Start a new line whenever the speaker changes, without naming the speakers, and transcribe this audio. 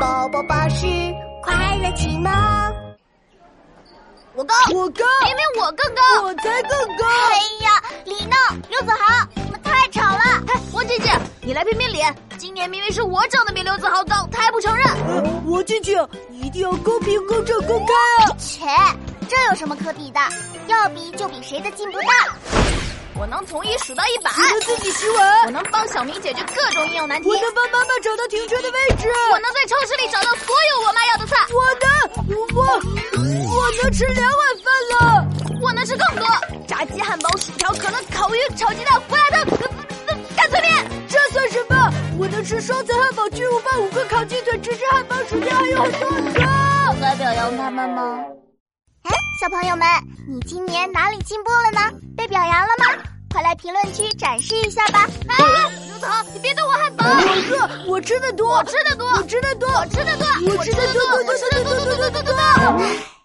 宝宝巴士快乐启蒙。我高，
我高，
明明我更高。
我才更高。
哎呀，李闹，刘子豪，你们太吵了！
哎，王静静，你来评评理。今年明明是我长得比刘子豪高，他还不承认。
呃，王静静，一定要公平、公正、公开啊！
切，这有什么可比的？要比就比谁的进步大。
我能从一数到一百，
我能自己洗碗，
我能帮小明解决各种应用难题，
我能帮妈妈找到停车的位置，
我能在超市里找到所有我妈要的菜，
我能，我我能吃两碗饭了，
我能吃更多。炸鸡、汉堡、薯条、可乐、烤鱼、炒鸡蛋、胡辣汤、干脆面，
这算什么？我能吃双层汉堡、巨无霸、五个烤鸡腿、芝士汉堡、薯条，还有很多
我该表扬他们吗？哎，小朋友们，你今年哪里进步了呢？被表扬了吗？快来评论区展示一下吧！啊
哎，刘子豪，你别动我汉堡！
我饿，我吃的多，
我吃的多，
我吃的多，
我吃的多，
我吃的多，
我吃的多，多多多多多多。
唉